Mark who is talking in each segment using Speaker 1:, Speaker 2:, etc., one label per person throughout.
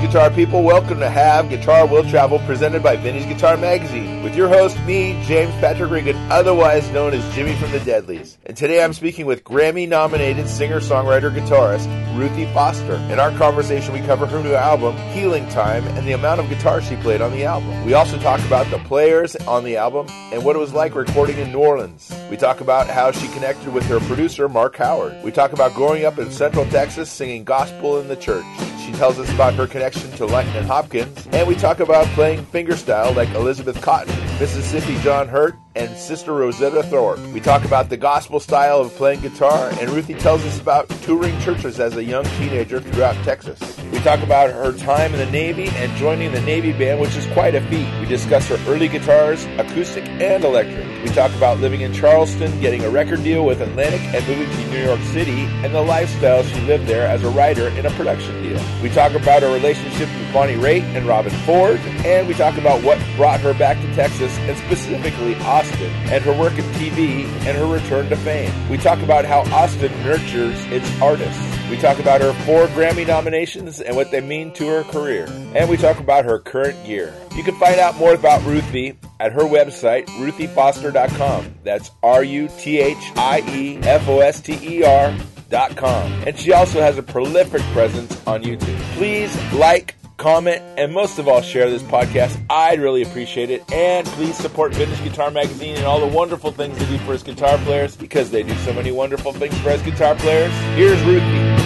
Speaker 1: guitar people, welcome to Have Guitar Will Travel, presented by Vintage Guitar Magazine, with your host, me, James Patrick Regan, otherwise known as Jimmy from the Deadlies. And today I'm speaking with Grammy nominated singer songwriter guitarist Ruthie Foster. In our conversation, we cover her new album, Healing Time, and the amount of guitar she played on the album. We also talk about the players on the album and what it was like recording in New Orleans. We talk about how she connected with her producer, Mark Howard. We talk about growing up in Central Texas singing gospel in the church. She tells us about her connection to Lightnin' Hopkins, and we talk about playing fingerstyle like Elizabeth Cotton, Mississippi John Hurt, and Sister Rosetta Thorpe. We talk about the gospel style of playing guitar, and Ruthie tells us about touring churches as a young teenager throughout Texas. We talk about her time in the Navy and joining the Navy band, which is quite a feat. We discuss her early guitars, acoustic and electric. We talk about living in Charleston, getting a record deal with Atlantic, and moving to New York City, and the lifestyle she lived there as a writer in a production deal. We talk about her relationship with Bonnie Raitt and Robin Ford, and we talk about what brought her back to Texas, and specifically Austin, and her work in TV, and her return to fame. We talk about how Austin nurtures its artists. We talk about her four Grammy nominations and what they mean to her career. And we talk about her current year. You can find out more about Ruthie at her website, ruthiefoster.com. That's R U T H I E F O S T E R dot com. And she also has a prolific presence on YouTube. Please like, comment, and most of all, share this podcast. I'd really appreciate it. And please support Vintage Guitar Magazine and all the wonderful things they do for us guitar players because they do so many wonderful things for us guitar players. Here's Ruthie.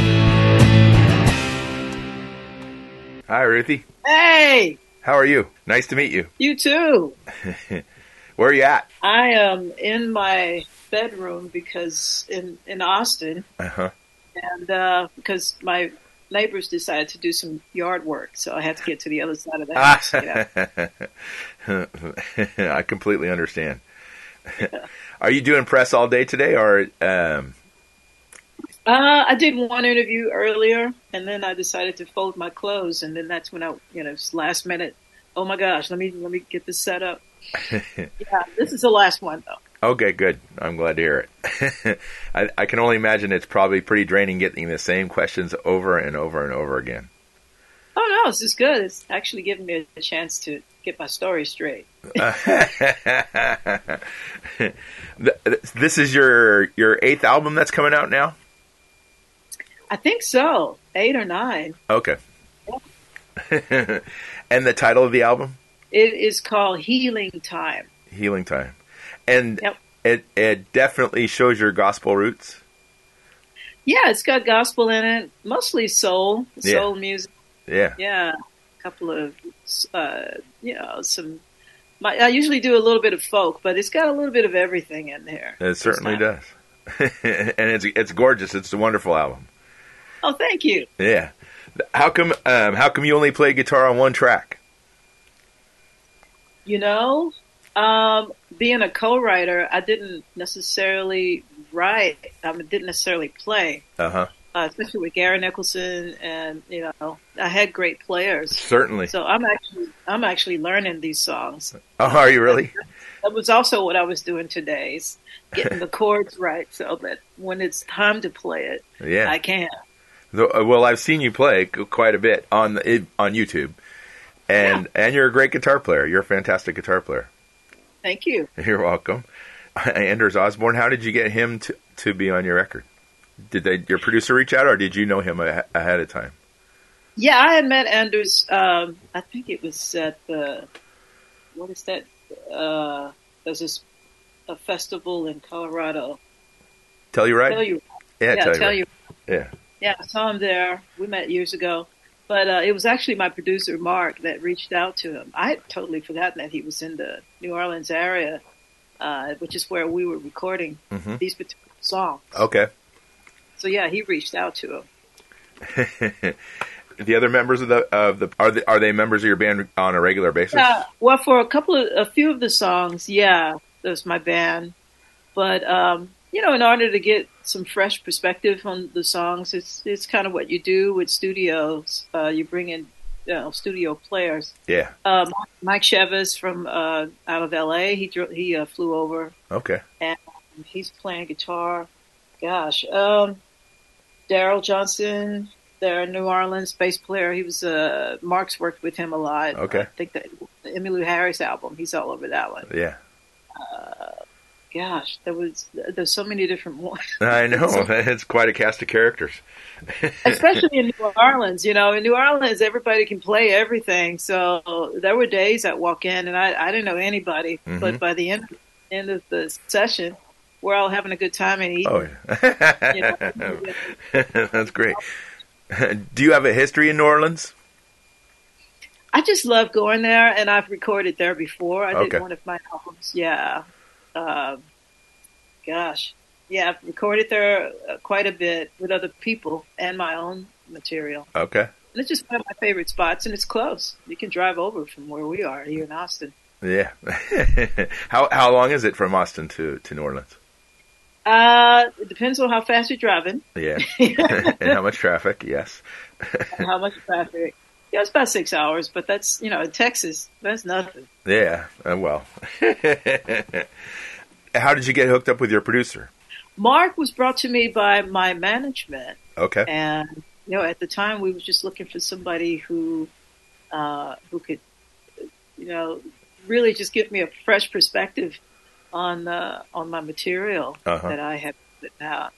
Speaker 1: Hi, Ruthie.
Speaker 2: Hey,
Speaker 1: How are you? Nice to meet you.
Speaker 2: you too.
Speaker 1: Where are you at?
Speaker 2: I am in my bedroom because in in Austin,
Speaker 1: Uh huh.
Speaker 2: and uh, because my neighbors decided to do some yard work, so I had to get to the other side of the house. you know.
Speaker 1: I completely understand. Are you doing press all day today, or um,
Speaker 2: uh, I did one interview earlier, and then I decided to fold my clothes, and then that's when I, you know, it's last minute. Oh my gosh, let me let me get this set up. yeah, this is the last one though.
Speaker 1: okay? Good. I'm glad to hear it. I, I can only imagine it's probably pretty draining getting the same questions over and over and over again.
Speaker 2: Oh no, this is good. It's actually giving me a chance to get my story straight.
Speaker 1: Th- this is your your eighth album that's coming out now.
Speaker 2: I think so, eight or nine.
Speaker 1: Okay. and the title of the album,
Speaker 2: It is called Healing Time.
Speaker 1: Healing Time, and
Speaker 2: Yep.
Speaker 1: it it definitely shows your gospel roots.
Speaker 2: Yeah, it's got gospel in it, mostly soul,
Speaker 1: Yeah.
Speaker 2: soul music.
Speaker 1: Yeah.
Speaker 2: Yeah, a couple of, uh, you know, some. My, I usually do a little bit of folk, but it's got a little bit of everything in there.
Speaker 1: It certainly
Speaker 2: not-
Speaker 1: does, and it's it's gorgeous. It's a wonderful album.
Speaker 2: Oh, thank you.
Speaker 1: Yeah. How come um, How come you only play guitar on one track?
Speaker 2: You know, um, being a co-writer, I didn't necessarily write. I mean, didn't necessarily play,
Speaker 1: Uh huh.
Speaker 2: uh, especially with Gary Nicholson, and you know, I had great players.
Speaker 1: Certainly.
Speaker 2: So I'm actually I'm actually learning these songs.
Speaker 1: oh, are you really?
Speaker 2: that was also what I was doing today, is getting the chords right so that when it's time to play it,
Speaker 1: Yeah.
Speaker 2: I can.
Speaker 1: Though- uh, well, I've seen you play c- quite a bit on the, it- on YouTube, and and you're a great guitar player. You're a fantastic guitar player.
Speaker 2: Thank you.
Speaker 1: You're welcome. Anders Osborne, how did you get him to to be on your record? Did they, your producer reach out, or did you know him a- ahead of time?
Speaker 2: Yeah, I had met Anders. Um, I think it was at the what is that? Uh, there's this a festival in Colorado.
Speaker 1: Tell you right.
Speaker 2: Tell you,
Speaker 1: yeah,
Speaker 2: yeah,
Speaker 1: tell,
Speaker 2: tell
Speaker 1: you.
Speaker 2: you,
Speaker 1: Yeah.
Speaker 2: yeah. I saw him there. We met years ago, but uh, it was actually my producer Mark that reached out to him. I had totally forgotten that he was in the New Orleans area, uh, which is where we were recording
Speaker 1: Mhm.
Speaker 2: these particular songs.
Speaker 1: Okay.
Speaker 2: So yeah, he reached out to him.
Speaker 1: the other members of the of the are the, are they members of your band on a regular basis?
Speaker 2: Yeah, well, for a couple of a few of the songs, yeah, that was my band. But um, you know, in order to get some fresh perspective on the songs, it's it's kind of what you do with studios. Uh, you bring in you know, studio players.
Speaker 1: Yeah.
Speaker 2: Um, Mike Chavez from uh, out of L.A. He dro- he uh, flew over.
Speaker 1: Okay.
Speaker 2: He's playing guitar. Gosh, um, Daryl Johnson. there, New Orleans bass player. He was uh, Mark's worked with him a lot.
Speaker 3: Okay.
Speaker 2: I think that the Emmylou Harris album. He's all over that one.
Speaker 3: Yeah.
Speaker 2: Gosh, there was there's so many different ones.
Speaker 3: I know. It's quite a cast of characters.
Speaker 2: especially in New Orleans. You know, in New Orleans, everybody can play everything. So there were days I walk in and I, I didn't know anybody,
Speaker 3: Mhm.
Speaker 2: but by the end end of the session, we're all having a good time and eating.
Speaker 3: Oh, yeah.
Speaker 2: uh,
Speaker 3: That's great. Do you have a history in New Orleans?
Speaker 2: I just love going there, and I've recorded there before. I
Speaker 3: Okay.
Speaker 2: did one of my albums. Yeah, um, gosh, yeah, I've recorded there uh, quite a bit with other people and my own material.
Speaker 3: Okay.
Speaker 2: And it's just one of my favorite spots, and it's close. You can drive over from where we are here in Austin.
Speaker 3: Yeah. how how long is it from Austin to, to New Orleans?
Speaker 2: Uh, it depends on how fast you're driving
Speaker 3: Yeah.
Speaker 2: and
Speaker 3: and how much traffic? Yes.
Speaker 2: how much traffic. Yeah, it's about six hours, but that's you know in Texas, that's nothing.
Speaker 3: Yeah. Uh, well. how did you get hooked up with your producer?
Speaker 2: Mark was brought to me by my management,
Speaker 3: Okay.
Speaker 2: and you know at the time we were just looking for somebody who, uh, who could, you know, really just give me a fresh perspective on uh, on my material
Speaker 3: Uh-huh.
Speaker 2: that I had put out.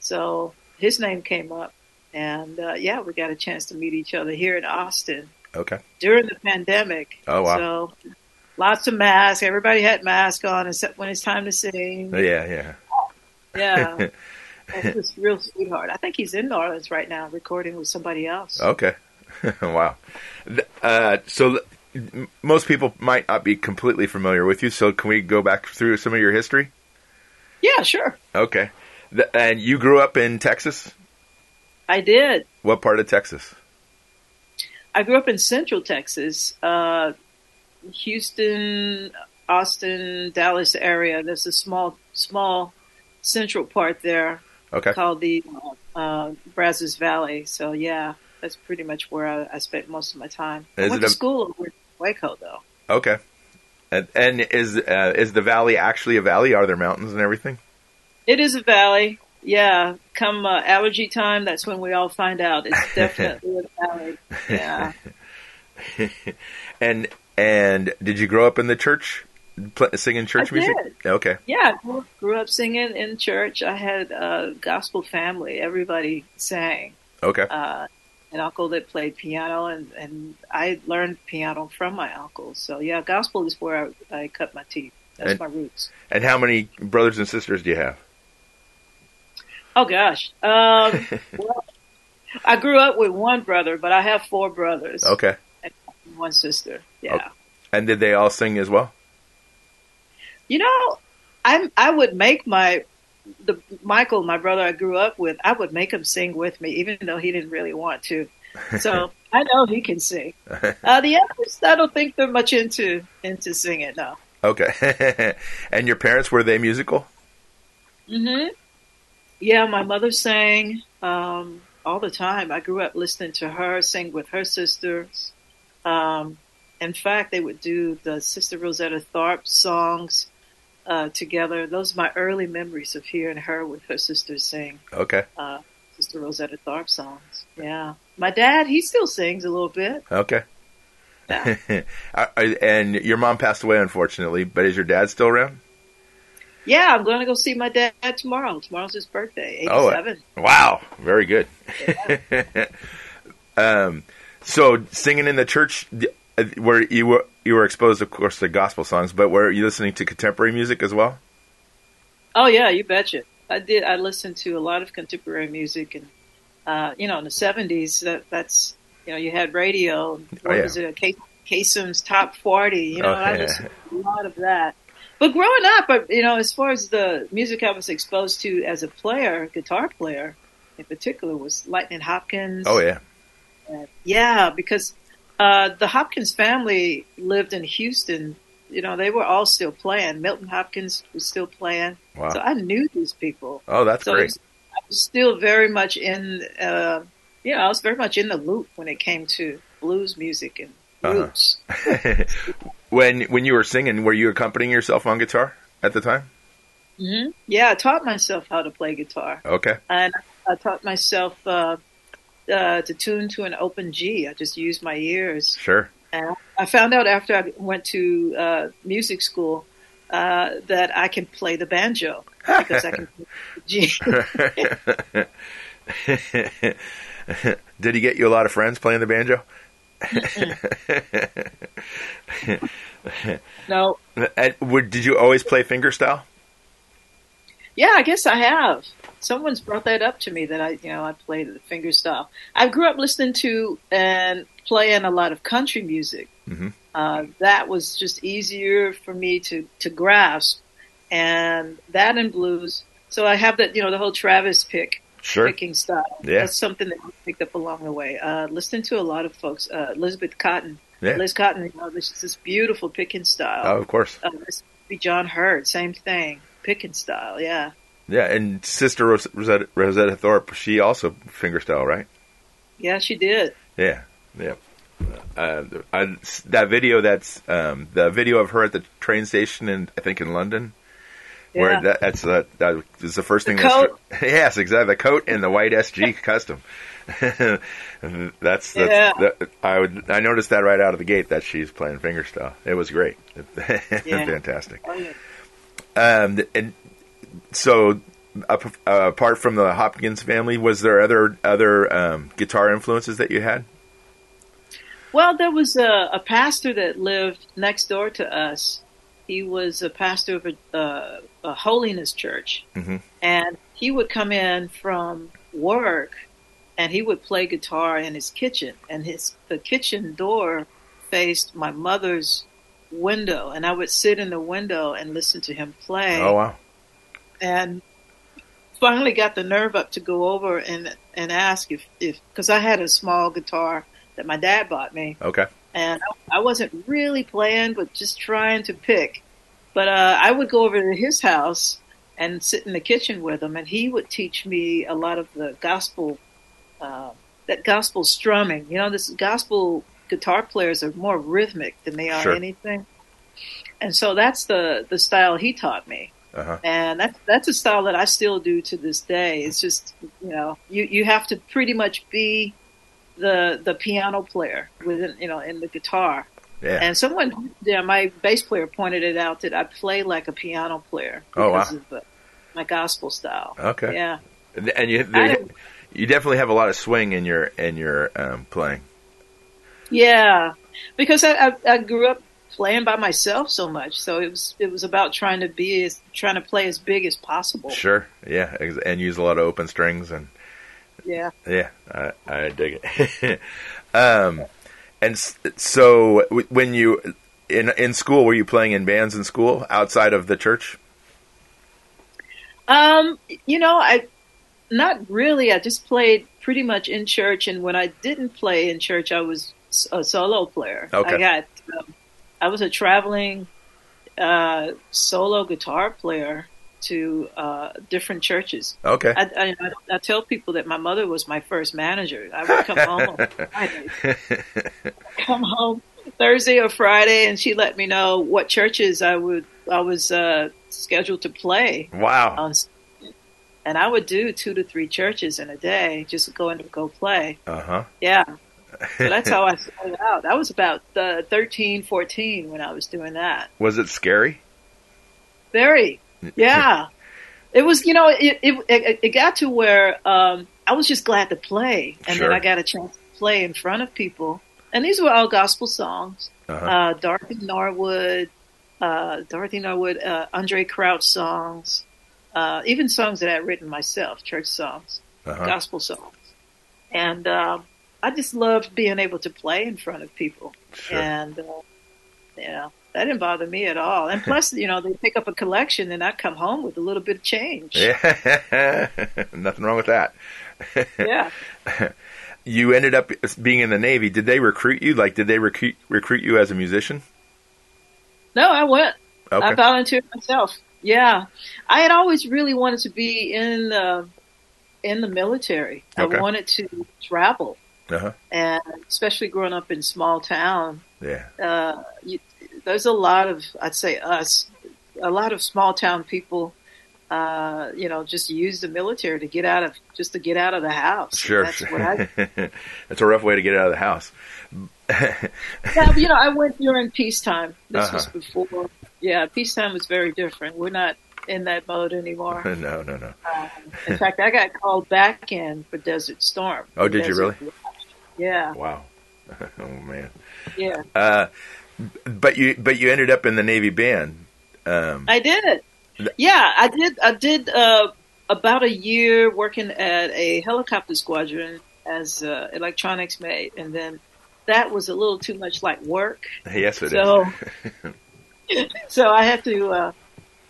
Speaker 2: So his name came up, and uh, yeah, we got a chance to meet each other here in Austin.
Speaker 3: Okay.
Speaker 2: during the pandemic.
Speaker 3: Oh, wow.
Speaker 2: So lots of masks. Everybody had masks on except when it's time to sing.
Speaker 3: Yeah. Yeah.
Speaker 2: Yeah. That's just real sweetheart. I think he's in New Orleans right now recording with somebody else.
Speaker 3: Okay. wow. Th- Uh, so th- m- most people might not be completely familiar with you. So can we go back through some of your history?
Speaker 2: Yeah, sure.
Speaker 3: Okay. Th- and you grew up in Texas?
Speaker 2: I did.
Speaker 3: What part of Texas?
Speaker 2: I grew up in Central Texas, uh, Houston, Austin, Dallas area. There's a small, small central part there
Speaker 3: Okay.
Speaker 2: called the uh, uh, Brazos Valley. So yeah, that's pretty much where I, I spent most of my time.
Speaker 3: Is
Speaker 2: I went to
Speaker 3: it a-
Speaker 2: school over in Waco though.
Speaker 3: Okay. And, and is uh, is the valley actually a valley? Are there mountains and everything?
Speaker 2: It is a valley. Yeah, come uh, allergy time, that's when we all find out. It's definitely a valley. Yeah.
Speaker 3: And and did you grow up in the church, pl- singing church
Speaker 2: I
Speaker 3: music?
Speaker 2: did.
Speaker 3: Okay.
Speaker 2: Yeah, I grew- grew up singing in church. I had a gospel family. Everybody sang.
Speaker 3: Okay.
Speaker 2: Uh, an uncle that played piano, and, and I learned piano from my uncle. So, yeah, gospel is where I, I cut my teeth. That's
Speaker 3: And-
Speaker 2: my roots.
Speaker 3: and how many brothers and sisters do you have?
Speaker 2: Oh, gosh. Um, well, I grew up with one brother, but I have four brothers
Speaker 3: Okay.
Speaker 2: and one sister. Yeah.
Speaker 3: Okay. And did they all sing as well?
Speaker 2: You know, I I would make my the Michael, my brother I grew up with, I would make him sing with me, even though he didn't really want to. So I know he can sing. Uh, the others, I don't think they're much into into singing. No.
Speaker 3: Okay. and your parents were they musical?
Speaker 2: hmm Yeah, my mother sang um, all the time. I grew up listening to her sing with her sisters. Um, in fact, they would do the Sister Rosetta Tharpe songs uh, together. Those are my early memories of hearing her with her sisters sing
Speaker 3: Okay.
Speaker 2: uh, Sister Rosetta Tharpe songs. Yeah. My dad, he still sings a little bit.
Speaker 3: Okay.
Speaker 2: Yeah.
Speaker 3: Uh, and your mom passed away unfortunately, but is your dad still around?
Speaker 2: yeah, I'm going to go see my dad tomorrow. Tomorrow's his birthday,
Speaker 3: Oh,
Speaker 2: 87.
Speaker 3: Wow, very good. um, so singing in the church, th- uh, where you were you were exposed, of course, to gospel songs, but were you listening to contemporary music as well?
Speaker 2: Oh yeah, you betcha. I did. I listened to a lot of contemporary music, and uh, you know, in the seventies, that, that's you know, you had radio. What
Speaker 3: Oh, yeah.
Speaker 2: was it? K- Kasem's Top Forty. You know,
Speaker 3: Oh,
Speaker 2: and I
Speaker 3: yeah.
Speaker 2: listened to a lot of that. But growing up, I, you know, as far as the music I was exposed to as a player, guitar player in particular, was Lightning Hopkins.
Speaker 3: Oh yeah,
Speaker 2: Yeah, because uh, the Hopkins family lived in Houston. You know, they were all still playing. Milton Hopkins was still playing.
Speaker 3: Wow.
Speaker 2: So I knew these people.
Speaker 3: oh that's
Speaker 2: so
Speaker 3: great.
Speaker 2: I was still very much in, uh, you know, I was very much in the loop when it came to blues music and
Speaker 3: Uh-huh.
Speaker 2: roots.
Speaker 3: when when you were singing, were you accompanying yourself on guitar at the time?
Speaker 2: hmm Yeah, I taught myself how to play guitar.
Speaker 3: Okay,
Speaker 2: and I taught myself uh, uh, to tune to an open G. I just used my ears.
Speaker 3: Sure.
Speaker 2: And I found out after I went to uh, music school uh, that I can play the banjo because I can play the G.
Speaker 3: Did he get you a lot of friends playing the banjo?
Speaker 2: no,
Speaker 3: and would, did you always play fingerstyle?
Speaker 2: yeah, I guess I have. Someone's brought that up to me that I, you know, I played the finger style. I grew up listening to and playing a lot of country music.
Speaker 3: Mhm.
Speaker 2: Uh, that was just easier for me to to grasp, and that and blues. So I have that, you know, the whole Travis pick
Speaker 3: Sure.
Speaker 2: picking style.
Speaker 3: Yeah.
Speaker 2: That's something that I picked up along the way. Uh, listening to a lot of folks, uh, Elizabeth Cotton.
Speaker 3: Yeah.
Speaker 2: Liz Cotton, you know, this is this beautiful picking
Speaker 3: Oh,
Speaker 2: style.
Speaker 3: of course.
Speaker 2: Uh, this would be John Hurt, same thing, picking style. Yeah,
Speaker 3: Yeah, and Sister Ros- Rosetta, Rosetta Thorpe, she also fingerstyle, right?
Speaker 2: yeah, she did.
Speaker 3: Yeah, yeah. Uh, I, that video, that's um, the video of her at the train station, in, I think in London,
Speaker 2: Yeah.
Speaker 3: where that, that's that, that is the first
Speaker 2: The
Speaker 3: thing. that
Speaker 2: coat.
Speaker 3: stri- yes, exactly. The coat and the white SG custom. that's that's
Speaker 2: Yeah.
Speaker 3: that, I would I noticed that right out of the gate that she's playing fingerstyle. It was great,
Speaker 2: Yeah.
Speaker 3: fantastic.
Speaker 2: Oh, yeah.
Speaker 3: Um, and so, ap- uh, apart from the Hopkins family, was there other other um, guitar influences that you had?
Speaker 2: Well, there was a, a pastor that lived next door to us. He was a pastor of a, uh, a holiness church,
Speaker 3: Mhm.
Speaker 2: and he would come in from work, and he would play guitar in his kitchen, and his the kitchen door faced my mother's window, and I would sit in the window and listen to him play
Speaker 3: Oh wow,
Speaker 2: and finally got the nerve up to go over and and ask if if because I had a small guitar that my dad bought me
Speaker 3: okay,
Speaker 2: and I, I wasn't really playing but just trying to pick but uh, I would go over to his house and sit in the kitchen with him and he would teach me a lot of the gospel uh, that gospel strumming you know this gospel guitar players are more rhythmic than they are
Speaker 3: Sure.
Speaker 2: anything and so that's the the style he taught me
Speaker 3: uh huh,
Speaker 2: and that's that's a style that I still do to this day. It's just you know you you have to pretty much be the the piano player within you know in the guitar.
Speaker 3: yeah.
Speaker 2: And someone, yeah, my bass player pointed it out that I play like a piano player
Speaker 3: Oh, wow.
Speaker 2: because of uh, my gospel style.
Speaker 3: Okay.
Speaker 2: Yeah,
Speaker 3: And- And you,
Speaker 2: I
Speaker 3: there,
Speaker 2: don't-
Speaker 3: you definitely have a lot of swing in your in your um, playing.
Speaker 2: yeah, because I, I I grew up playing by myself so much, so it was it was about trying to be as trying to play as big as possible.
Speaker 3: Sure, yeah, ex- and use a lot of open strings and
Speaker 2: Yeah.
Speaker 3: yeah, I, I dig it. um, and s- so w- when you in in school, were you playing in bands in school outside of the church?
Speaker 2: Um, you know, I not really. I just played pretty much in church, and when I didn't play in church, I was s- a solo player.
Speaker 3: Okay.
Speaker 2: I got, um, I was a traveling uh, solo guitar player to uh, different churches.
Speaker 3: Okay,
Speaker 2: I, I, I tell people that my mother was my first manager. I would Uh, come home, on Friday, come home Thursday or Friday, and she let me know what churches I would I was uh, scheduled to play
Speaker 3: wow,
Speaker 2: on Sunday. and I would do two to three churches in a day, just go and go play.
Speaker 3: uh huh.
Speaker 2: Yeah. So that's how I started out. I was about uh, 13, 14 when I was doing that.
Speaker 3: Was it scary?
Speaker 2: Very. Yeah. It was, you know, it, it, it, it got to where um, I was just glad to play. And
Speaker 3: Sure.
Speaker 2: then I got a chance to play in front of people. And these were all gospel songs.
Speaker 3: Uh-huh.
Speaker 2: Uh, Dorothy Norwood, uh, Dorothy Norwood, uh, Andre Crouch songs, uh, even songs that I had written myself, church songs,
Speaker 3: Uh-huh.
Speaker 2: gospel songs. And um I just loved being able to play in front of people.
Speaker 3: Sure.
Speaker 2: And, uh, yeah, that didn't bother me at all. And plus, you know, they pick up a collection and I come home with a little bit of change.
Speaker 3: Yeah. Nothing wrong with that.
Speaker 2: yeah.
Speaker 3: you ended up being in the Navy. Did they recruit you? Like, did they recruit recruit you as a musician?
Speaker 2: No, I went.
Speaker 3: Okay.
Speaker 2: I volunteered myself. Yeah, I had always really wanted to be in the in the military.
Speaker 3: Okay.
Speaker 2: I wanted to travel,
Speaker 3: Uh-huh.
Speaker 2: and especially growing up in small town,
Speaker 3: Yeah.
Speaker 2: uh, you, there's a lot of I'd say us, a lot of small town people uh, you know, just use the military to get out of just to get out of the house.
Speaker 3: Sure.
Speaker 2: That's what I
Speaker 3: That's a rough way to get out of the house.
Speaker 2: yeah, but, you know, I went during peacetime. This was
Speaker 3: Uh-huh.
Speaker 2: before. Yeah, peacetime was very different. We're not in that mode anymore.
Speaker 3: no, no, no.
Speaker 2: Um, in fact, I got called back in for Desert Storm.
Speaker 3: Oh, did you
Speaker 2: Desert
Speaker 3: really?
Speaker 2: Rush. Yeah,
Speaker 3: Wow. oh man.
Speaker 2: yeah.
Speaker 3: Uh, but you but you ended up in the Navy band. Um,
Speaker 2: I did. Yeah, I did. I did uh, about a year working at a helicopter squadron as uh, electronics mate, and then that was a little too much like work.
Speaker 3: yes, it is.
Speaker 2: so, so I had to, uh,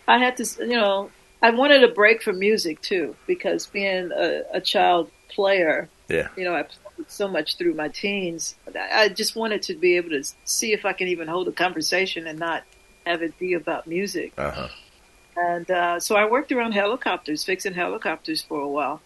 Speaker 2: I had to, you know, I wanted a break from music too because being a, a child player,
Speaker 3: Yeah.
Speaker 2: you know, I played so much through my teens. I I just wanted to be able to see if I can even hold a conversation and not have it be about music.
Speaker 3: Uh-huh.
Speaker 2: And uh, so I worked around helicopters, fixing helicopters for a while,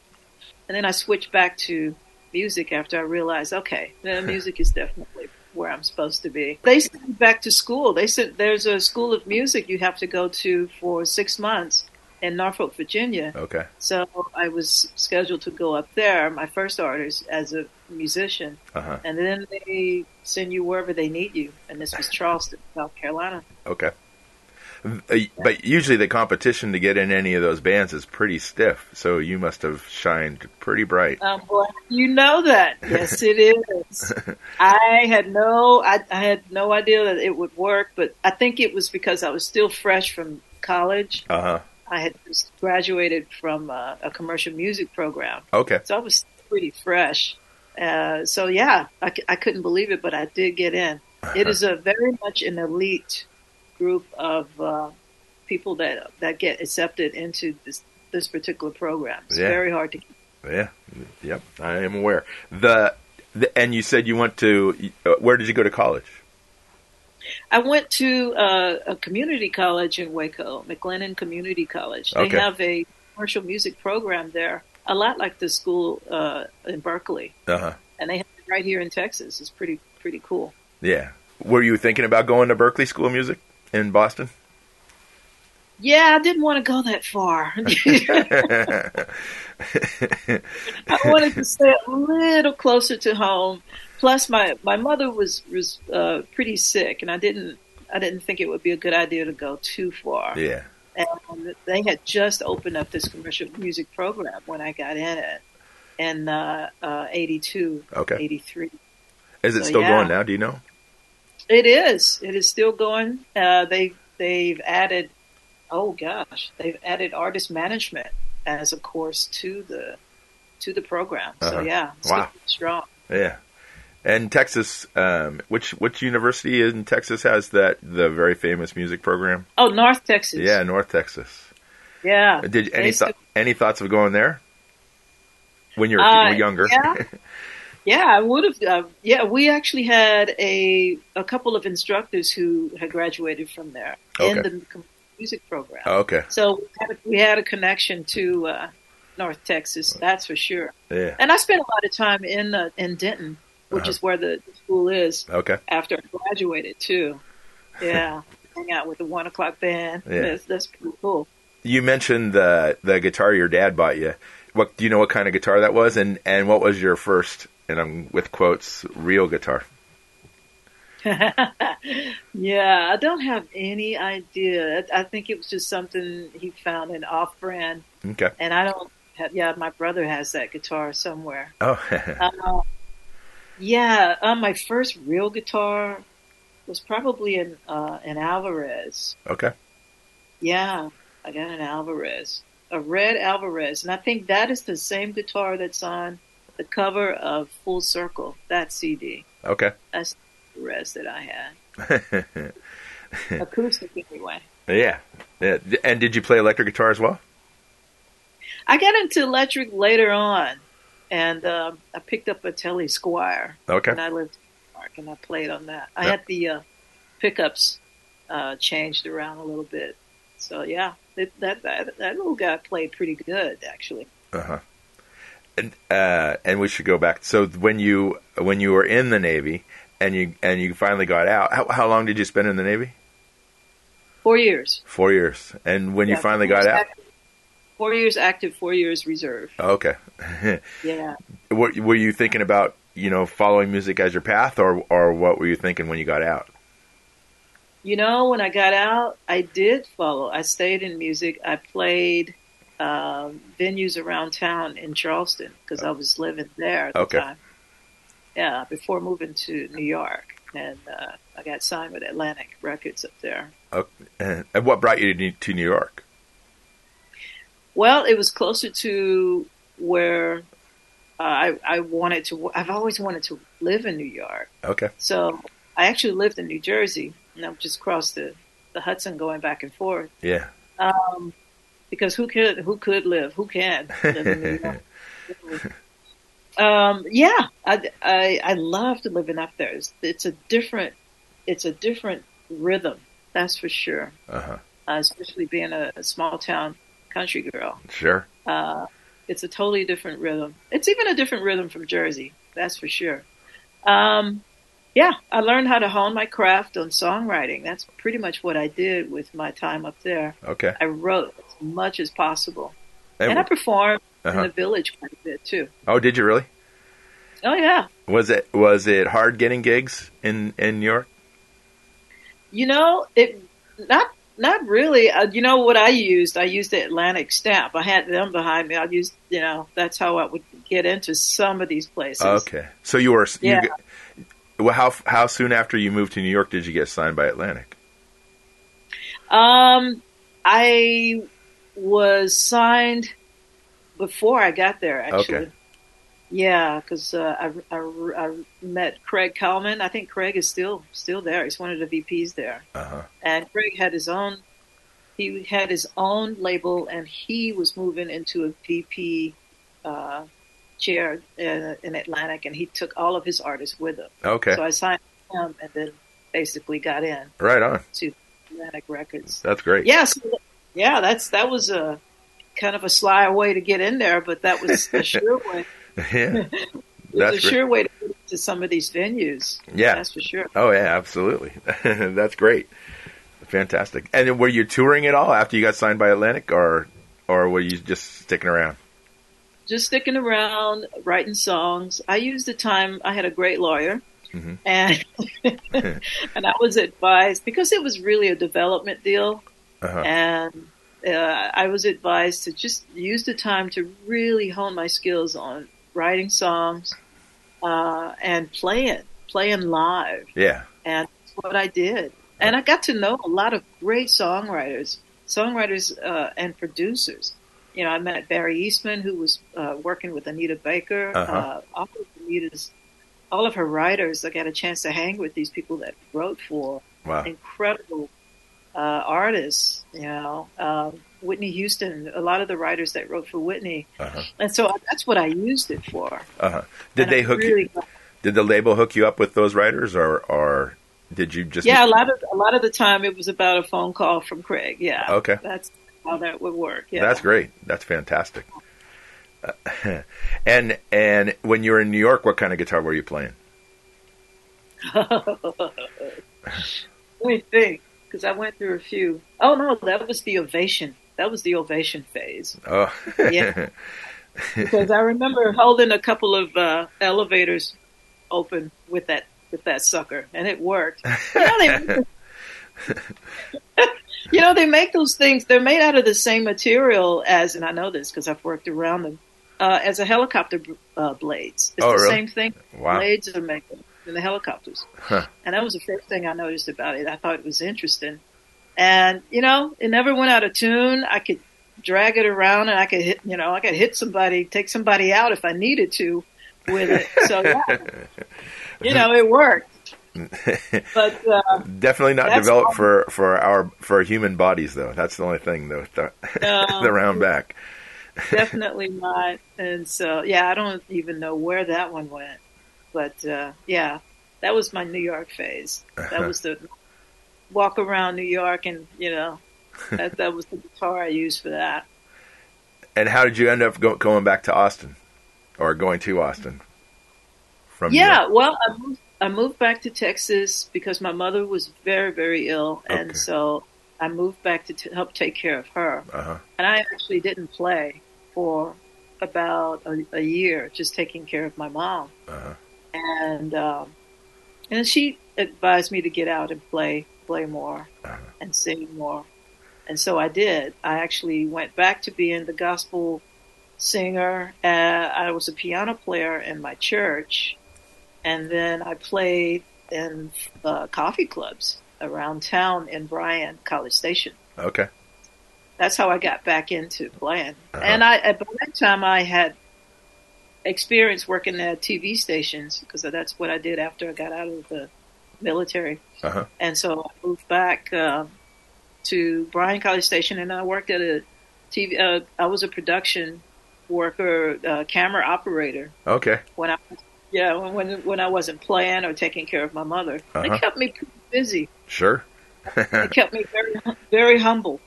Speaker 2: and then I switched back to music after I realized, okay, the music is definitely where I'm supposed to be. They sent me back to school. They said there's a school of music you have to go to for six months in Norfolk, Virginia.
Speaker 3: Okay.
Speaker 2: So I was scheduled to go up there, my first orders as a musician,
Speaker 3: Uh-huh.
Speaker 2: and then they send you wherever they need you. And this was Charleston, South Carolina.
Speaker 3: Okay. Uh, But usually the competition to get in any of those bands is pretty stiff. So you must have shined pretty bright.
Speaker 2: Um, well, you know that. Yes, it is. I had no, I, I had no idea that it would work, but I think it was because I was still fresh from college.
Speaker 3: Uh-huh.
Speaker 2: I had just graduated from uh, a commercial music program,
Speaker 3: Okay.
Speaker 2: so I was pretty fresh. Uh, so yeah, I, c- I couldn't believe it, but I did get in. It is a very much an elite group of uh, people that that get accepted into this this particular program. It's
Speaker 3: Yeah.
Speaker 2: very hard to
Speaker 3: Yeah. Yep. I am aware. The, the and you said you went to uh, where did you go to college?
Speaker 2: I went to uh, a community college in Waco, McLennan Community College. They
Speaker 3: Okay.
Speaker 2: have a commercial music program there, a lot like the school uh, in Berkeley,
Speaker 3: Uh-huh.
Speaker 2: and they have it right here in Texas. It's pretty pretty cool.
Speaker 3: Yeah. Were you thinking about going to Berkeley School of Music in Boston?
Speaker 2: Yeah, I didn't want to go that far. I wanted to stay a little closer to home. Plus, my my mother was was uh, pretty sick, and I didn't I didn't think it would be a good idea to go too far.
Speaker 3: yeah.
Speaker 2: and Um, they had just opened up this commercial music program when I got in it in uh, uh, 82,
Speaker 3: Okay.
Speaker 2: 83.
Speaker 3: Is it
Speaker 2: So,
Speaker 3: still
Speaker 2: yeah.
Speaker 3: going now? Do you know?
Speaker 2: It is. It is still going. Uh, they they've added. Oh gosh, they've added artist management as a course to the to the program. So
Speaker 3: Uh-huh.
Speaker 2: yeah, it's
Speaker 3: Wow.
Speaker 2: still strong.
Speaker 3: Yeah. And Texas, um, which which university in Texas has that the very famous music program?
Speaker 2: Oh, North Texas.
Speaker 3: Yeah, North Texas.
Speaker 2: yeah.
Speaker 3: Did you- any
Speaker 2: They
Speaker 3: th- any thoughts of going there when you were,
Speaker 2: Uh,
Speaker 3: you were younger?
Speaker 2: yeah. Yeah, I would have. Uh, yeah, we actually had a a couple of instructors who had graduated from there in
Speaker 3: Okay.
Speaker 2: the com- music program.
Speaker 3: Oh, okay.
Speaker 2: So we had a, we had a connection to uh, North Texas, that's for sure.
Speaker 3: Yeah.
Speaker 2: And I spent a lot of time in uh, in Denton, which
Speaker 3: Uh-huh.
Speaker 2: is where the school is.
Speaker 3: Okay.
Speaker 2: After I graduated, too. Yeah, hang out with the one o'clock band.
Speaker 3: Yeah.
Speaker 2: That's, that's pretty cool.
Speaker 3: You mentioned the the guitar your dad bought you. What do you know? What kind of guitar that was, and and what was your first? And I'm with quotes, real guitar.
Speaker 2: Yeah, I don't have any idea. I, I think it was just something he found in off-brand
Speaker 3: Okay.
Speaker 2: and I don't have. Yeah, my brother has that guitar somewhere.
Speaker 3: Oh,
Speaker 2: Uh, yeah, uh, my first real guitar was probably an uh, an Alvarez.
Speaker 3: okay.
Speaker 2: Yeah, I got an Alvarez, a red Alvarez, and I think that is the same guitar that's on the cover of Full Circle that CD.
Speaker 3: Okay.
Speaker 2: That's the Alvarez that I had, acoustic anyway.
Speaker 3: yeah. yeah. And did you play electric guitar as well?
Speaker 2: I got into electric later on, and uh, I picked up a Telly Squire.
Speaker 3: Okay.
Speaker 2: And I lived in New York, and I played on that. I
Speaker 3: Yeah.
Speaker 2: had the uh, pickups uh, changed around a little bit. So yeah, it, that, that that little guy played pretty good actually.
Speaker 3: Uh-huh. And, uh, and we should go back. So when you when you were in the Navy and you and you finally got out, how, how long did you spend in the Navy?
Speaker 2: Four years.
Speaker 3: Four years. And when you
Speaker 2: Yeah,
Speaker 3: finally
Speaker 2: four
Speaker 3: got
Speaker 2: years
Speaker 3: out,
Speaker 2: back- Four years active, four years reserve.
Speaker 3: Okay.
Speaker 2: Yeah.
Speaker 3: What were you thinking about? You know, following music as your path, or or what were you thinking when you got out?
Speaker 2: You know, when I got out, I did follow. I stayed in music. I played uh, venues around town in Charleston because I was living there at
Speaker 3: Okay.
Speaker 2: the time. Yeah, before moving to New York, and uh, I got signed with Atlantic Records up there.
Speaker 3: And what brought you to New, to New York?
Speaker 2: Well, it was closer to where uh, I, I wanted to. I've always wanted to live in New York,
Speaker 3: Okay.
Speaker 2: so I actually lived in New Jersey, and I'm just across the the Hudson, going back and forth.
Speaker 3: Yeah.
Speaker 2: because who could who could live who can live in New York? um yeah I, I i loved living up there it's, it's a different it's a different rhythm that's for sure
Speaker 3: Uh huh.
Speaker 2: uh, especially being a, a small town country girl
Speaker 3: Sure.
Speaker 2: uh it's a totally different rhythm it's even a different rhythm from jersey that's for sure um yeah i learned how to hone my craft on songwriting that's pretty much what i did with my time up there
Speaker 3: Okay.
Speaker 2: I wrote as much as possible.
Speaker 3: And-
Speaker 2: And I performed in
Speaker 3: uh-huh.
Speaker 2: the village quite a bit too.
Speaker 3: Oh, did you really?
Speaker 2: Oh yeah.
Speaker 3: Was it was it hard getting gigs in in New York?
Speaker 2: You know, it not not really. Uh, you know what I used? I used the Atlantic stamp. I had them behind me. I used, you know, that's how I would get into some of these places.
Speaker 3: okay. So you were
Speaker 2: Yeah.
Speaker 3: you g- well, how how soon after you moved to New York did you get signed by Atlantic?
Speaker 2: Um, I was signed before I got there, actually.
Speaker 3: Okay.
Speaker 2: Yeah, because uh, I, I, I met Craig Kalman. I think Craig is still still there. He's one of the VPs there.
Speaker 3: Uh huh.
Speaker 2: and Craig had his own. He had his own label, and he was moving into a VP uh, chair in, in Atlantic, and he took all of his artists with him.
Speaker 3: Okay.
Speaker 2: So I signed him, and then basically got in
Speaker 3: right on.
Speaker 2: to Atlantic Records.
Speaker 3: That's great.
Speaker 2: Yeah, so, yeah, that's that was a kind of a sly way to get in there, but that was a sure way.
Speaker 3: Yeah.
Speaker 2: It was a
Speaker 3: That's great.
Speaker 2: sure way to get into some of these venues.
Speaker 3: Yeah.
Speaker 2: that's for sure.
Speaker 3: Oh yeah, absolutely. That's great. Fantastic. And then were you touring at all after you got signed by Atlantic or or were you just sticking around?
Speaker 2: just sticking around, writing songs. I used the time I had a great lawyer,
Speaker 3: Mhm.
Speaker 2: and and I was advised because it was really a development deal,
Speaker 3: Uh-huh.
Speaker 2: and uh, I was advised to just use the time to really hone my skills on writing songs uh, and playing, playing live,
Speaker 3: Yeah.
Speaker 2: and that's what I did. And I got to know a lot of great songwriters, songwriters uh, and producers. You know, I met Barry Eastman, who was uh, working with Anita Baker. uh
Speaker 3: Uh-huh.
Speaker 2: all of Anita's, all of her writers. I got a chance to hang with these people that wrote for
Speaker 3: Wow.
Speaker 2: incredible uh, artists. You know, um, Whitney Houston. A lot of the writers that wrote for Whitney,
Speaker 3: Uh-huh.
Speaker 2: and so that's what I used it for.
Speaker 3: Uh-huh. Did
Speaker 2: And
Speaker 3: they
Speaker 2: I
Speaker 3: hook
Speaker 2: really
Speaker 3: you Did the label hook you up with those writers or or did you just
Speaker 2: Yeah, a lot of a lot of the time it was about a phone call from Craig. Yeah.
Speaker 3: Okay.
Speaker 2: That's how that would work. Yeah.
Speaker 3: That's great. That's fantastic. Uh, and and when you were in New York, what kind of guitar were you playing?
Speaker 2: Let me think, because I went through a few. Oh no, that was the ovation. That was the ovation phase.
Speaker 3: Oh,
Speaker 2: Yeah. Because I remember holding a couple of uh, elevators open with that with that sucker, and it worked. You know, they make you know, they make those things. They're made out of the same material as, and I know this because I've worked around them, uh, as a helicopter uh, blades. It's
Speaker 3: Oh,
Speaker 2: the
Speaker 3: really?
Speaker 2: same thing.
Speaker 3: wow.
Speaker 2: Blades are making in the helicopters,
Speaker 3: Huh.
Speaker 2: and that was the first thing I noticed about it. I thought it was interesting, and you know, it never went out of tune. I could drag it around, and I could hit, you know, I could hit somebody, take somebody out if I needed to with it. So yeah, you know, it worked. But uh,
Speaker 3: Definitely not
Speaker 2: That's
Speaker 3: developed
Speaker 2: all-
Speaker 3: for for our for human bodies though. That's the only thing though. The,
Speaker 2: No.
Speaker 3: the round back.
Speaker 2: definitely not. And so, yeah, I don't even know where that one went. But uh, yeah, that was my New York phase. That
Speaker 3: Uh-huh.
Speaker 2: was the walk around New York, and you know, that that was the guitar I used for that.
Speaker 3: And how did you end up go, going back to Austin or going to Austin from New
Speaker 2: yeah,
Speaker 3: York?
Speaker 2: well, I moved, I moved back to Texas because my mother was very, very ill,
Speaker 3: Okay.
Speaker 2: and so I moved back to t- help take care of her.
Speaker 3: Uh-huh.
Speaker 2: And I actually didn't play for about a, a year, just taking care of my mom.
Speaker 3: Uh-huh.
Speaker 2: And um, and she advised me to get out and play, play more,
Speaker 3: Uh-huh.
Speaker 2: and sing more. And so I did. I actually went back to being the gospel singer. Uh, I was a piano player in my church, and then I played in uh, coffee clubs around town in Bryan, College Station
Speaker 3: Okay.
Speaker 2: that's how I got back into playing.
Speaker 3: Uh-huh.
Speaker 2: And I, at- by that time, I had experience working at TV stations because that's what I did after I got out of the military.
Speaker 3: Uh-huh.
Speaker 2: And so I moved back um to Bryan College Station, and I worked at a TV. Uh, I was a production worker, uh, camera operator
Speaker 3: Okay.
Speaker 2: when I, yeah, when when, when I wasn't playing or taking care of my mother.
Speaker 3: Uh-huh.
Speaker 2: It kept me pretty busy.
Speaker 3: Sure.
Speaker 2: It kept me very very humble.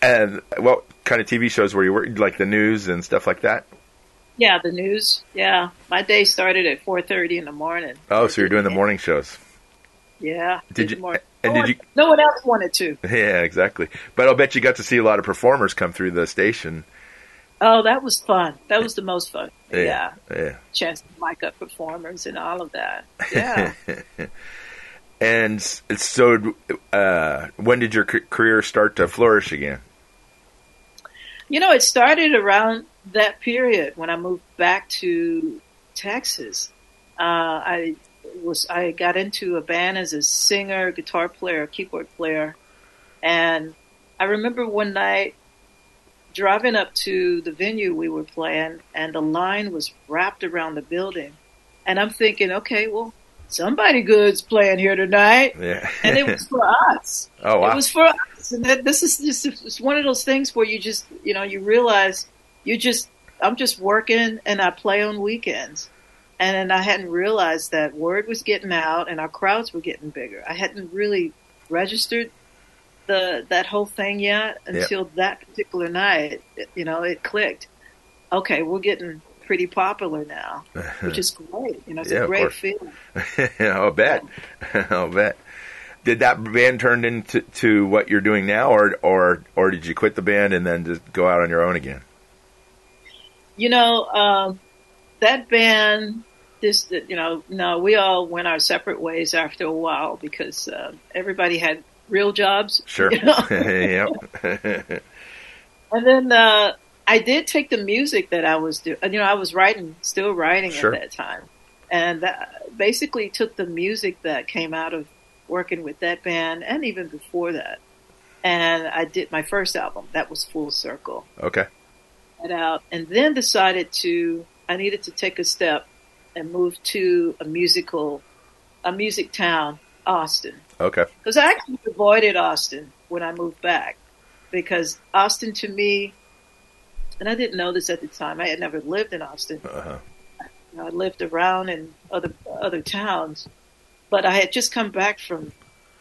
Speaker 3: and what kind of TV shows were you working? Like the news and stuff like that?
Speaker 2: Yeah, the news. Yeah, my day started at four thirty in the morning.
Speaker 3: Oh, so you're doing the morning shows.
Speaker 2: Yeah.
Speaker 3: Did
Speaker 2: did
Speaker 3: you-
Speaker 2: more- no
Speaker 3: and did
Speaker 2: one,
Speaker 3: you-
Speaker 2: No one else wanted to.
Speaker 3: Yeah, exactly. But I'll bet you got to see a lot of performers come through the station.
Speaker 2: Oh, that was fun. That was the most fun.
Speaker 3: Yeah.
Speaker 2: Yeah,
Speaker 3: Yeah.
Speaker 2: chance to mic up performers and all of that. Yeah.
Speaker 3: And s- so, uh, when did your ca- career start to flourish again?
Speaker 2: you know, it started around that period when I moved back to Texas. Uh, I was I got into a band as a singer, guitar player, keyboard player, and I remember one night driving up to the venue we were playing, and the line was wrapped around the building, and I'm thinking, okay, well, somebody good's playing here tonight,
Speaker 3: Yeah.
Speaker 2: and it was for us
Speaker 3: oh, wow.
Speaker 2: it was for us. And that, this is just it's one of those things where you just you know you realize you just I'm just working and I play on weekends, and, then I hadn't realized that word was getting out and our crowds were getting bigger. I hadn't really registered the that whole thing yet until that particular night. It- you know, it clicked. Okay, we're getting pretty popular now, which is great. You know, it's
Speaker 3: Yeah,
Speaker 2: a
Speaker 3: of
Speaker 2: great
Speaker 3: course.
Speaker 2: feeling.
Speaker 3: I'll bet. I'll bet. Did that band turn into to what you're doing now, or or or did you quit the band and then just go out on your own again?
Speaker 2: you know, um, that band, this, you know, no, we all went our separate ways after a while because uh, everybody had real jobs.
Speaker 3: Sure.
Speaker 2: You know?
Speaker 3: yep.
Speaker 2: and then uh, I did take the music that I was doing. You know, I was writing, still writing
Speaker 3: Sure.
Speaker 2: at that time, and that basically took the music that came out of working with that band and even before that. And I did my first album. That was Full Circle.
Speaker 3: okay.
Speaker 2: that out and then decided to I needed to take a step and move to a musical a music town, Austin.
Speaker 3: Okay.
Speaker 2: Because I actually avoided Austin when I moved back. Because Austin to me and I didn't know this at the time, I had never lived in Austin.
Speaker 3: Uh-huh.
Speaker 2: You know, I lived around in other other towns, but I had just come back from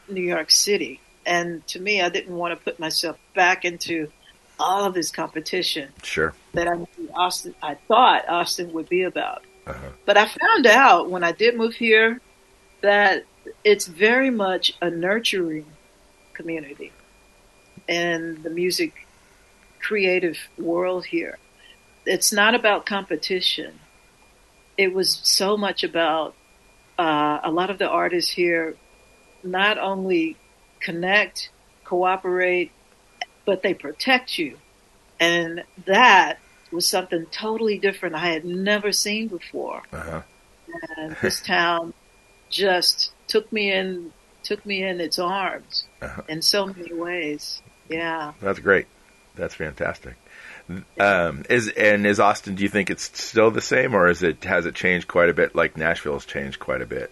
Speaker 2: New York City, and to me, I didn't want to put myself back into all of this competition
Speaker 3: Sure.
Speaker 2: that I knew Austin. I thought Austin would be about,
Speaker 3: Uh-huh.
Speaker 2: but I found out when I did move here that it's very much a nurturing community in the music creative world here. It's not about competition. It was so much about uh, a lot of the artists here not only connect, cooperate, but they protect you. And that was something totally different I had never seen before.
Speaker 3: Uh-huh.
Speaker 2: And this town just took me in, took me in its arms
Speaker 3: Uh-huh.
Speaker 2: in so many ways. Yeah.
Speaker 3: That's great. That's fantastic. Um, is and is Austin? Do you think it's still the same, or is it has it changed quite a bit? Like Nashville's changed quite a bit.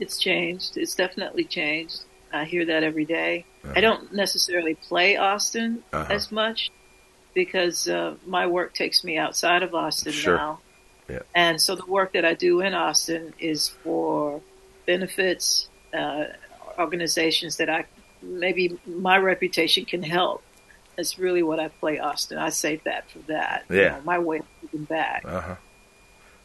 Speaker 2: It's changed. It's definitely changed. I hear that every day. I don't necessarily play Austin
Speaker 3: Uh-huh.
Speaker 2: as much because uh, my work takes me outside of Austin
Speaker 3: Sure.
Speaker 2: now.
Speaker 3: Yeah.
Speaker 2: And so the work that I do in Austin is for benefits, uh, organizations that I maybe my reputation can help. That's really what I play Austin. I save that for that. You
Speaker 3: Yeah.
Speaker 2: know, my way of giving back.
Speaker 3: Uh huh.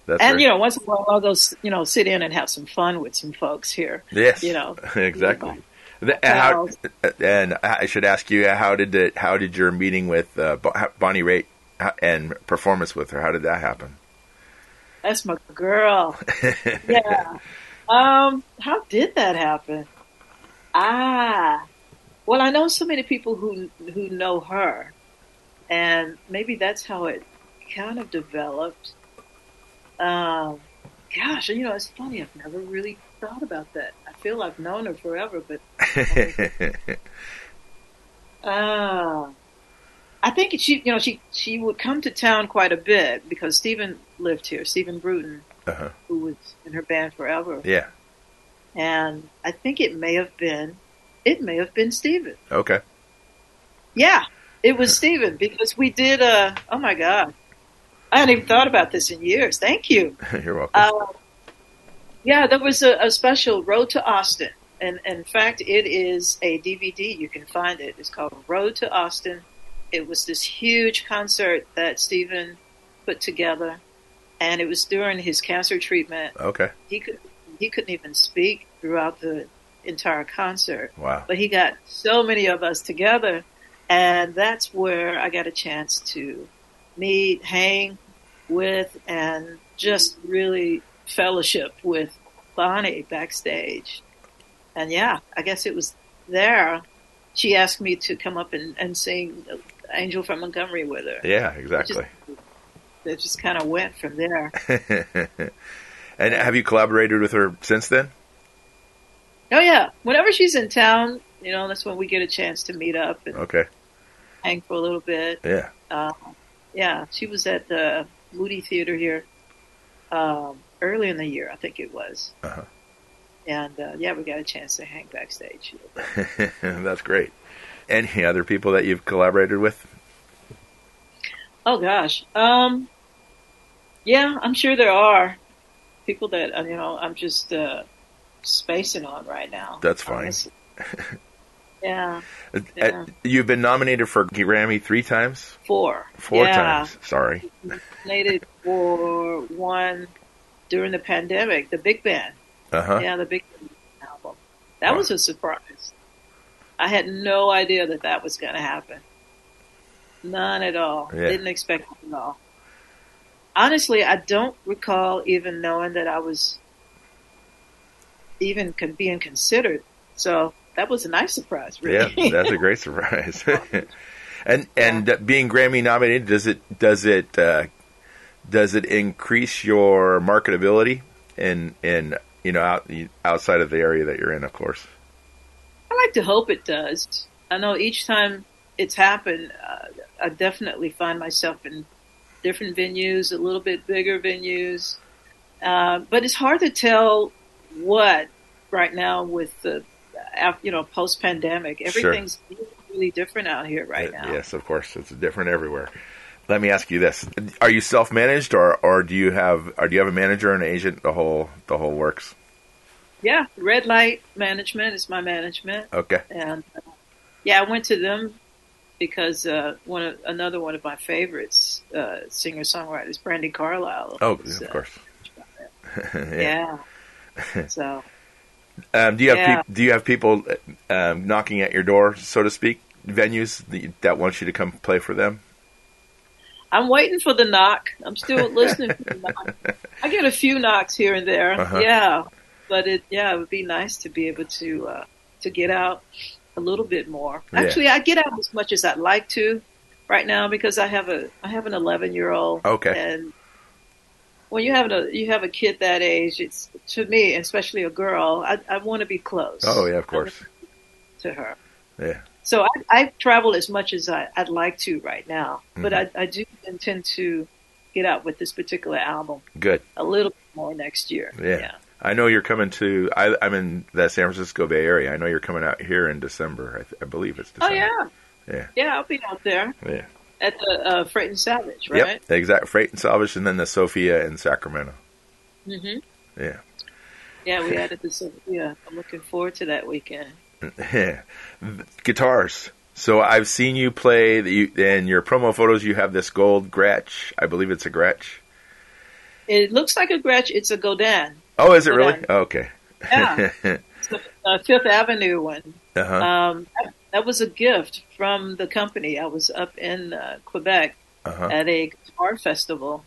Speaker 3: That's
Speaker 2: And
Speaker 3: very-
Speaker 2: you know, once in a while, I'll go, s- you know, sit in and have some fun with some folks here.
Speaker 3: yes,
Speaker 2: you know,
Speaker 3: exactly. And how, and I should ask you, uh, how did it, how did your meeting with uh, Bo- Bonnie Raitt and performance with her? How did that happen?
Speaker 2: That's my girl. yeah. Um, how did that happen? Ah, well, I know so many people who who know her, and maybe that's how it kind of developed. Um, gosh, you know, it's funny. I've never really thought about that. I feel I've known her forever, but uh, I think she, you know, she she would come to town quite a bit because Stephen lived here. Stephen Bruton, uh-huh. who was in her band forever.
Speaker 3: Yeah,
Speaker 2: and I think it may have been, it may have been Stephen.
Speaker 3: Okay.
Speaker 2: Yeah, it was Stephen because we did a. Oh my god, I hadn't even thought about this in years. Thank you.
Speaker 3: You're welcome.
Speaker 2: Um,
Speaker 3: Uh,
Speaker 2: yeah, there was a, a, special Road to Austin. And, and, in fact, it is a DVD. You can find it. It's called Road to Austin. It was this huge concert that Stephen put together, and it was during his cancer treatment.
Speaker 3: Okay.
Speaker 2: He could he couldn't even speak throughout the entire concert.
Speaker 3: Wow.
Speaker 2: But he got so many of us together, and that's where I got a chance to meet, hang with, and just really fellowship with Bonnie backstage. And yeah, I guess it was there. She asked me to come up and, and sing Angel from Montgomery with her.
Speaker 3: Yeah, exactly.
Speaker 2: It just, just kind of went from there.
Speaker 3: and have you collaborated with her since then?
Speaker 2: Oh, yeah. Whenever she's in town, you know, that's when we get a chance to meet up and
Speaker 3: okay.
Speaker 2: hang for a little bit.
Speaker 3: Yeah.
Speaker 2: Uh, yeah, she was at the Moody Theater here um, early in the year, I think it was. Uh-huh. And uh, yeah, we got a chance to hang backstage.
Speaker 3: That's great. Any other people that you've collaborated with?
Speaker 2: Oh gosh, um, yeah, I'm sure there are people that you know I'm just uh, spacing on right now.
Speaker 3: That's fine.
Speaker 2: yeah,
Speaker 3: yeah. You've been nominated for Grammy three times.
Speaker 2: Four.
Speaker 3: Four yeah. times. Sorry.
Speaker 2: Nominated for one during the pandemic, the Big Band.
Speaker 3: Uh-huh.
Speaker 2: Yeah, the Big Band album. That wow. was a surprise. I had no idea that that was going to happen. None at all. Yeah. Didn't expect it at all. Honestly, I don't recall even knowing that I was even con- being considered. So that was a nice surprise. Really.
Speaker 3: Yeah, that's a great surprise. and and yeah. being Grammy nominated, does it does it uh, does it increase your marketability in in you know out, outside of the area that you're in of course
Speaker 2: i like to hope it does i know each time it's happened uh, i definitely find myself in different venues a little bit bigger venues uh, but it's hard to tell what right now with the uh, you know post pandemic everything's sure. really different out here right now
Speaker 3: Uh, yes of course it's different everywhere let me ask you this: Are you self-managed, or or do you have or do you have a manager and agent? The whole the whole works.
Speaker 2: Yeah, Red Light Management is my management.
Speaker 3: Okay.
Speaker 2: And uh, yeah, I went to them because uh, one of, another one of my favorites, uh, singer songwriters, Brandy Carlisle.
Speaker 3: Oh, was, of course.
Speaker 2: yeah. yeah. so.
Speaker 3: Um, do you have yeah. pe- do you have people um, knocking at your door, so to speak, venues that, that want you to come play for them?
Speaker 2: I'm waiting for the knock. I'm still listening for the knock. I get a few knocks here and there. Uh-huh. Yeah. But it yeah, it would be nice to be able to uh, to get out a little bit more. Yeah. Actually I get out as much as I'd like to right now because I have a I have an eleven year old.
Speaker 3: Okay.
Speaker 2: And when you have a you have a kid that age, it's to me, especially a girl, I, I want to be close.
Speaker 3: Oh yeah, of course.
Speaker 2: To her.
Speaker 3: Yeah.
Speaker 2: So I, I, travel as much as I, would like to right now, but mm-hmm. I, I, do intend to get out with this particular album.
Speaker 3: Good.
Speaker 2: A little bit more next year.
Speaker 3: Yeah. yeah. I know you're coming to. I, am in the San Francisco Bay Area. I know you're coming out here in December. I, th- I believe it's December.
Speaker 2: Oh
Speaker 3: yeah. Yeah.
Speaker 2: Yeah, I'll be out there.
Speaker 3: Yeah.
Speaker 2: At the uh, Freight and Salvage, right?
Speaker 3: Yep. Exact Freight and Salvage, and then the Sophia in Sacramento.
Speaker 2: Mhm.
Speaker 3: Yeah.
Speaker 2: Yeah, we added the Sophia. uh, I'm looking forward to that weekend.
Speaker 3: Yeah. guitars. So I've seen you play you, in your promo photos. You have this gold Gretsch. I believe it's a Gretsch.
Speaker 2: It looks like a Gretsch. It's a Godin.
Speaker 3: Oh, is it Godin. really? Oh, okay.
Speaker 2: Yeah. it's, a, uh, Fifth Avenue one.
Speaker 3: Uh-huh.
Speaker 2: Um, that, that was a gift from the company. I was up in uh, Quebec
Speaker 3: Uh-huh.
Speaker 2: at a guitar festival,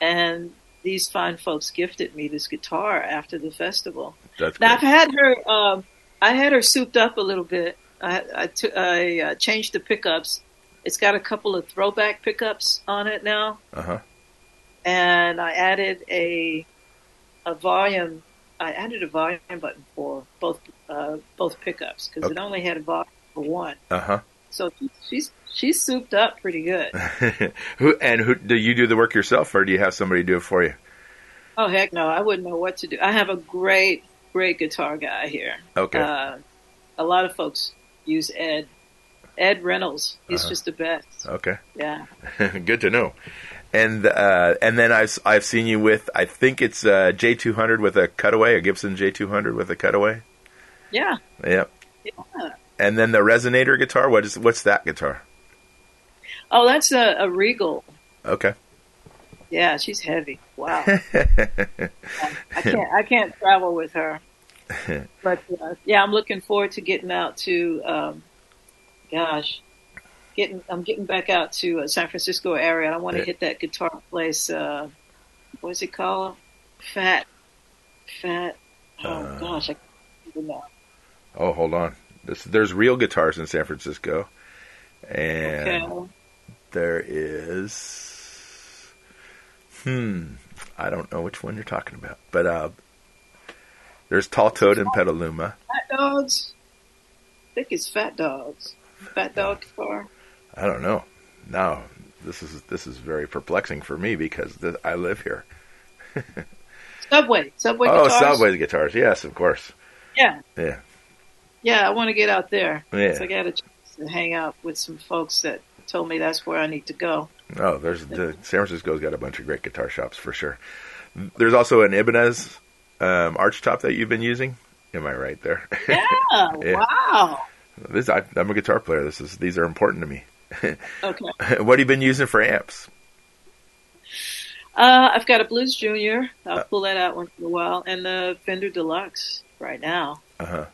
Speaker 2: and these fine folks gifted me this guitar after the festival.
Speaker 3: That's
Speaker 2: Now I've
Speaker 3: great.
Speaker 2: had her, um, I had her souped up a little bit. I, I, t- I uh, changed the pickups. It's got a couple of throwback pickups on it now,
Speaker 3: Uh-huh.
Speaker 2: and I added a a volume. I added a volume button for both uh, both pickups because it only had a volume for one.
Speaker 3: Uh-huh.
Speaker 2: So she's she's souped up pretty good.
Speaker 3: who and who do you do the work yourself or do you have somebody do it for you?
Speaker 2: Oh heck no, I wouldn't know what to do. I have a great, great guitar guy here.
Speaker 3: Okay.
Speaker 2: Uh, a lot of folks use Ed. Ed Reynolds. He's
Speaker 3: Uh-huh.
Speaker 2: just the best.
Speaker 3: okay.
Speaker 2: Yeah.
Speaker 3: Good to know. And uh, and then I've I've seen you with I think it's uh, J two hundred with a cutaway a Gibson J two hundred with a cutaway.
Speaker 2: Yeah.
Speaker 3: Yep. And then the resonator guitar. What is what's that guitar?
Speaker 2: Oh, that's a, a Regal.
Speaker 3: Okay.
Speaker 2: Yeah, she's heavy. Wow. I can't I can't travel with her. But uh, yeah, I'm looking forward to getting out to um, gosh. Getting I'm getting back out to uh, San Francisco area. I want to
Speaker 3: Yeah.
Speaker 2: hit that guitar place uh what's it called? Fat Fat Oh
Speaker 3: Uh.
Speaker 2: gosh, I can't even know.
Speaker 3: oh, hold on. This, there's real guitars in San Francisco, and
Speaker 2: Okay.
Speaker 3: there is. Hmm. I don't know which one you're talking about, but uh, there's Tall Toad and Petaluma.
Speaker 2: Fat dogs. I think it's fat dogs. Fat dog guitar.
Speaker 3: I don't know. No, this is this is very perplexing for me because th- I live here.
Speaker 2: Subway. Subway
Speaker 3: oh,
Speaker 2: guitars.
Speaker 3: Subway's guitars. Yes, of course.
Speaker 2: Yeah.
Speaker 3: Yeah.
Speaker 2: Yeah, I want to get out there.
Speaker 3: Yeah.
Speaker 2: So I got a chance to hang out with some folks that told me that's where I need to go.
Speaker 3: Oh, there's the San Francisco's got a bunch of great guitar shops for sure. There's also an Ibanez um, archtop that you've been using. Am I right there?
Speaker 2: Yeah. Wow.
Speaker 3: this I, I'm a guitar player. This is these are important to me.
Speaker 2: Okay.
Speaker 3: what have you been using for amps?
Speaker 2: Uh, I've got a Blues Junior.
Speaker 3: Uh,
Speaker 2: I'll pull that out once in a while, and the Fender Deluxe right now.
Speaker 3: Uh huh.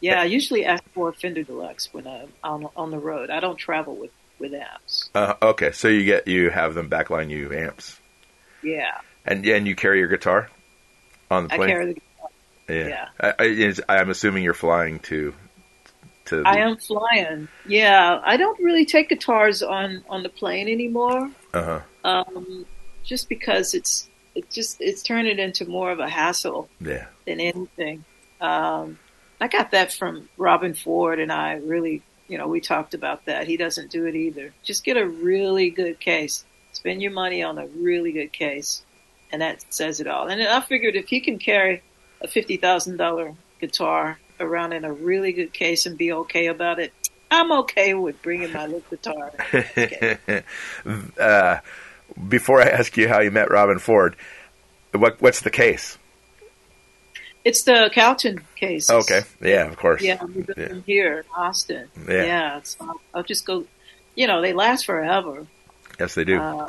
Speaker 2: Yeah, I usually ask for a Fender Deluxe when I'm on, on the road. I don't travel with with amps.
Speaker 3: Uh, okay, so you get you have them backline you amps,
Speaker 2: Yeah,
Speaker 3: and and you carry your guitar on the
Speaker 2: I
Speaker 3: plane.
Speaker 2: carry the.
Speaker 3: Yeah.
Speaker 2: Yeah.
Speaker 3: I, I, is- I'm assuming you're flying to. To the,
Speaker 2: I am flying. Yeah, I don't really take guitars on on the plane anymore.
Speaker 3: Uh-huh.
Speaker 2: um, just because it's it just it's turning into more of a hassle
Speaker 3: Yeah.
Speaker 2: than anything. Um, I got that from Robin Ford, and I really, you know, we talked about that. He doesn't do it either. Just get a really good case. Spend your money on a really good case, and that says it all. And I figured if he can carry a fifty thousand dollar guitar around in a really good case and be okay about it, I'm okay with bringing my little guitar.
Speaker 3: uh, before I ask you how you met Robin Ford, what what's the case?
Speaker 2: It's the Calton case.
Speaker 3: Okay. Yeah, of course.
Speaker 2: Yeah, we built
Speaker 3: Yeah.
Speaker 2: them here in Austin.
Speaker 3: Yeah.
Speaker 2: Yeah. so I'll just go. You know, they last forever.
Speaker 3: Yes, they do.
Speaker 2: Uh,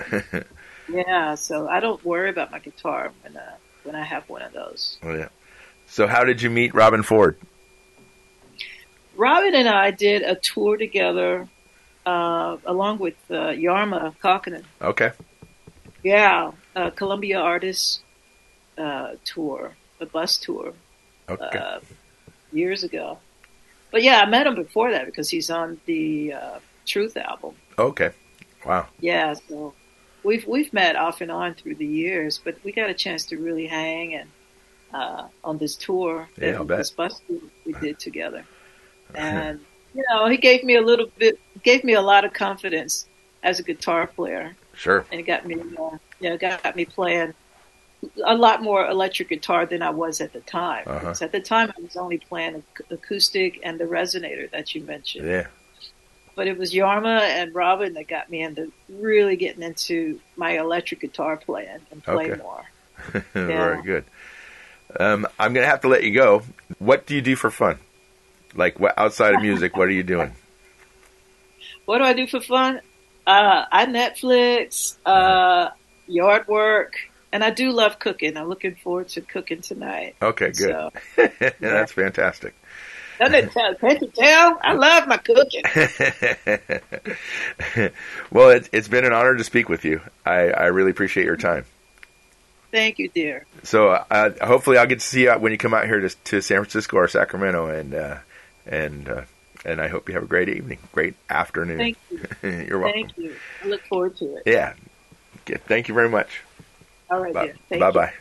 Speaker 2: Yeah, so I don't worry about my guitar when uh, when I have one of those.
Speaker 3: yeah. So, how did you meet Robin Ford?
Speaker 2: Robin and I did a tour together, uh, along with uh, Yarma Kalkinen.
Speaker 3: Okay.
Speaker 2: Yeah, uh, Columbia Artists uh, tour, a bus tour
Speaker 3: Okay.
Speaker 2: uh, years ago. But yeah, I met him before that because he's on the uh, Truth album.
Speaker 3: okay. Wow.
Speaker 2: Yeah, so we've we've met off and on through the years, but we got a chance to really hang and uh, on this tour,
Speaker 3: Yeah, I'll
Speaker 2: that-
Speaker 3: bet.
Speaker 2: this bus tour we did together, and you know he gave me a little bit, gave me a lot of confidence as a guitar player,
Speaker 3: Sure.
Speaker 2: and it got me, uh, you know, got me playing a lot more electric guitar than I was at the time.
Speaker 3: Uh-huh.
Speaker 2: Because at the time I was only playing ac- acoustic and the resonator that you mentioned
Speaker 3: Yeah.
Speaker 2: but it was Yarma and Robin that got me into really getting into my electric guitar playing and play
Speaker 3: Okay.
Speaker 2: more.
Speaker 3: Very good. Um, I'm gonna have to let you go. What do you do for fun? Like what outside of music? what are you doing?
Speaker 2: What do I
Speaker 3: Uh-huh.
Speaker 2: do for fun? Uh, I Netflix, uh, yard work, and I do love cooking. I'm looking forward to cooking tonight.
Speaker 3: Okay, good.
Speaker 2: So,
Speaker 3: That's fantastic.
Speaker 2: doesn't it tell? Can't you tell? I love my cooking.
Speaker 3: well, it, it's been an honor to speak with you. I, I really appreciate your time.
Speaker 2: Thank you, dear.
Speaker 3: So uh, hopefully, I'll get to see you when you come out here to, to San Francisco or Sacramento, and uh, and uh, and I hope you have a great evening, great afternoon.
Speaker 2: Thank you.
Speaker 3: You're welcome.
Speaker 2: Thank you. I look forward to it.
Speaker 3: Yeah. Okay, Thank you very much.
Speaker 2: All right,
Speaker 3: Bye
Speaker 2: dear. Thank you.
Speaker 3: bye.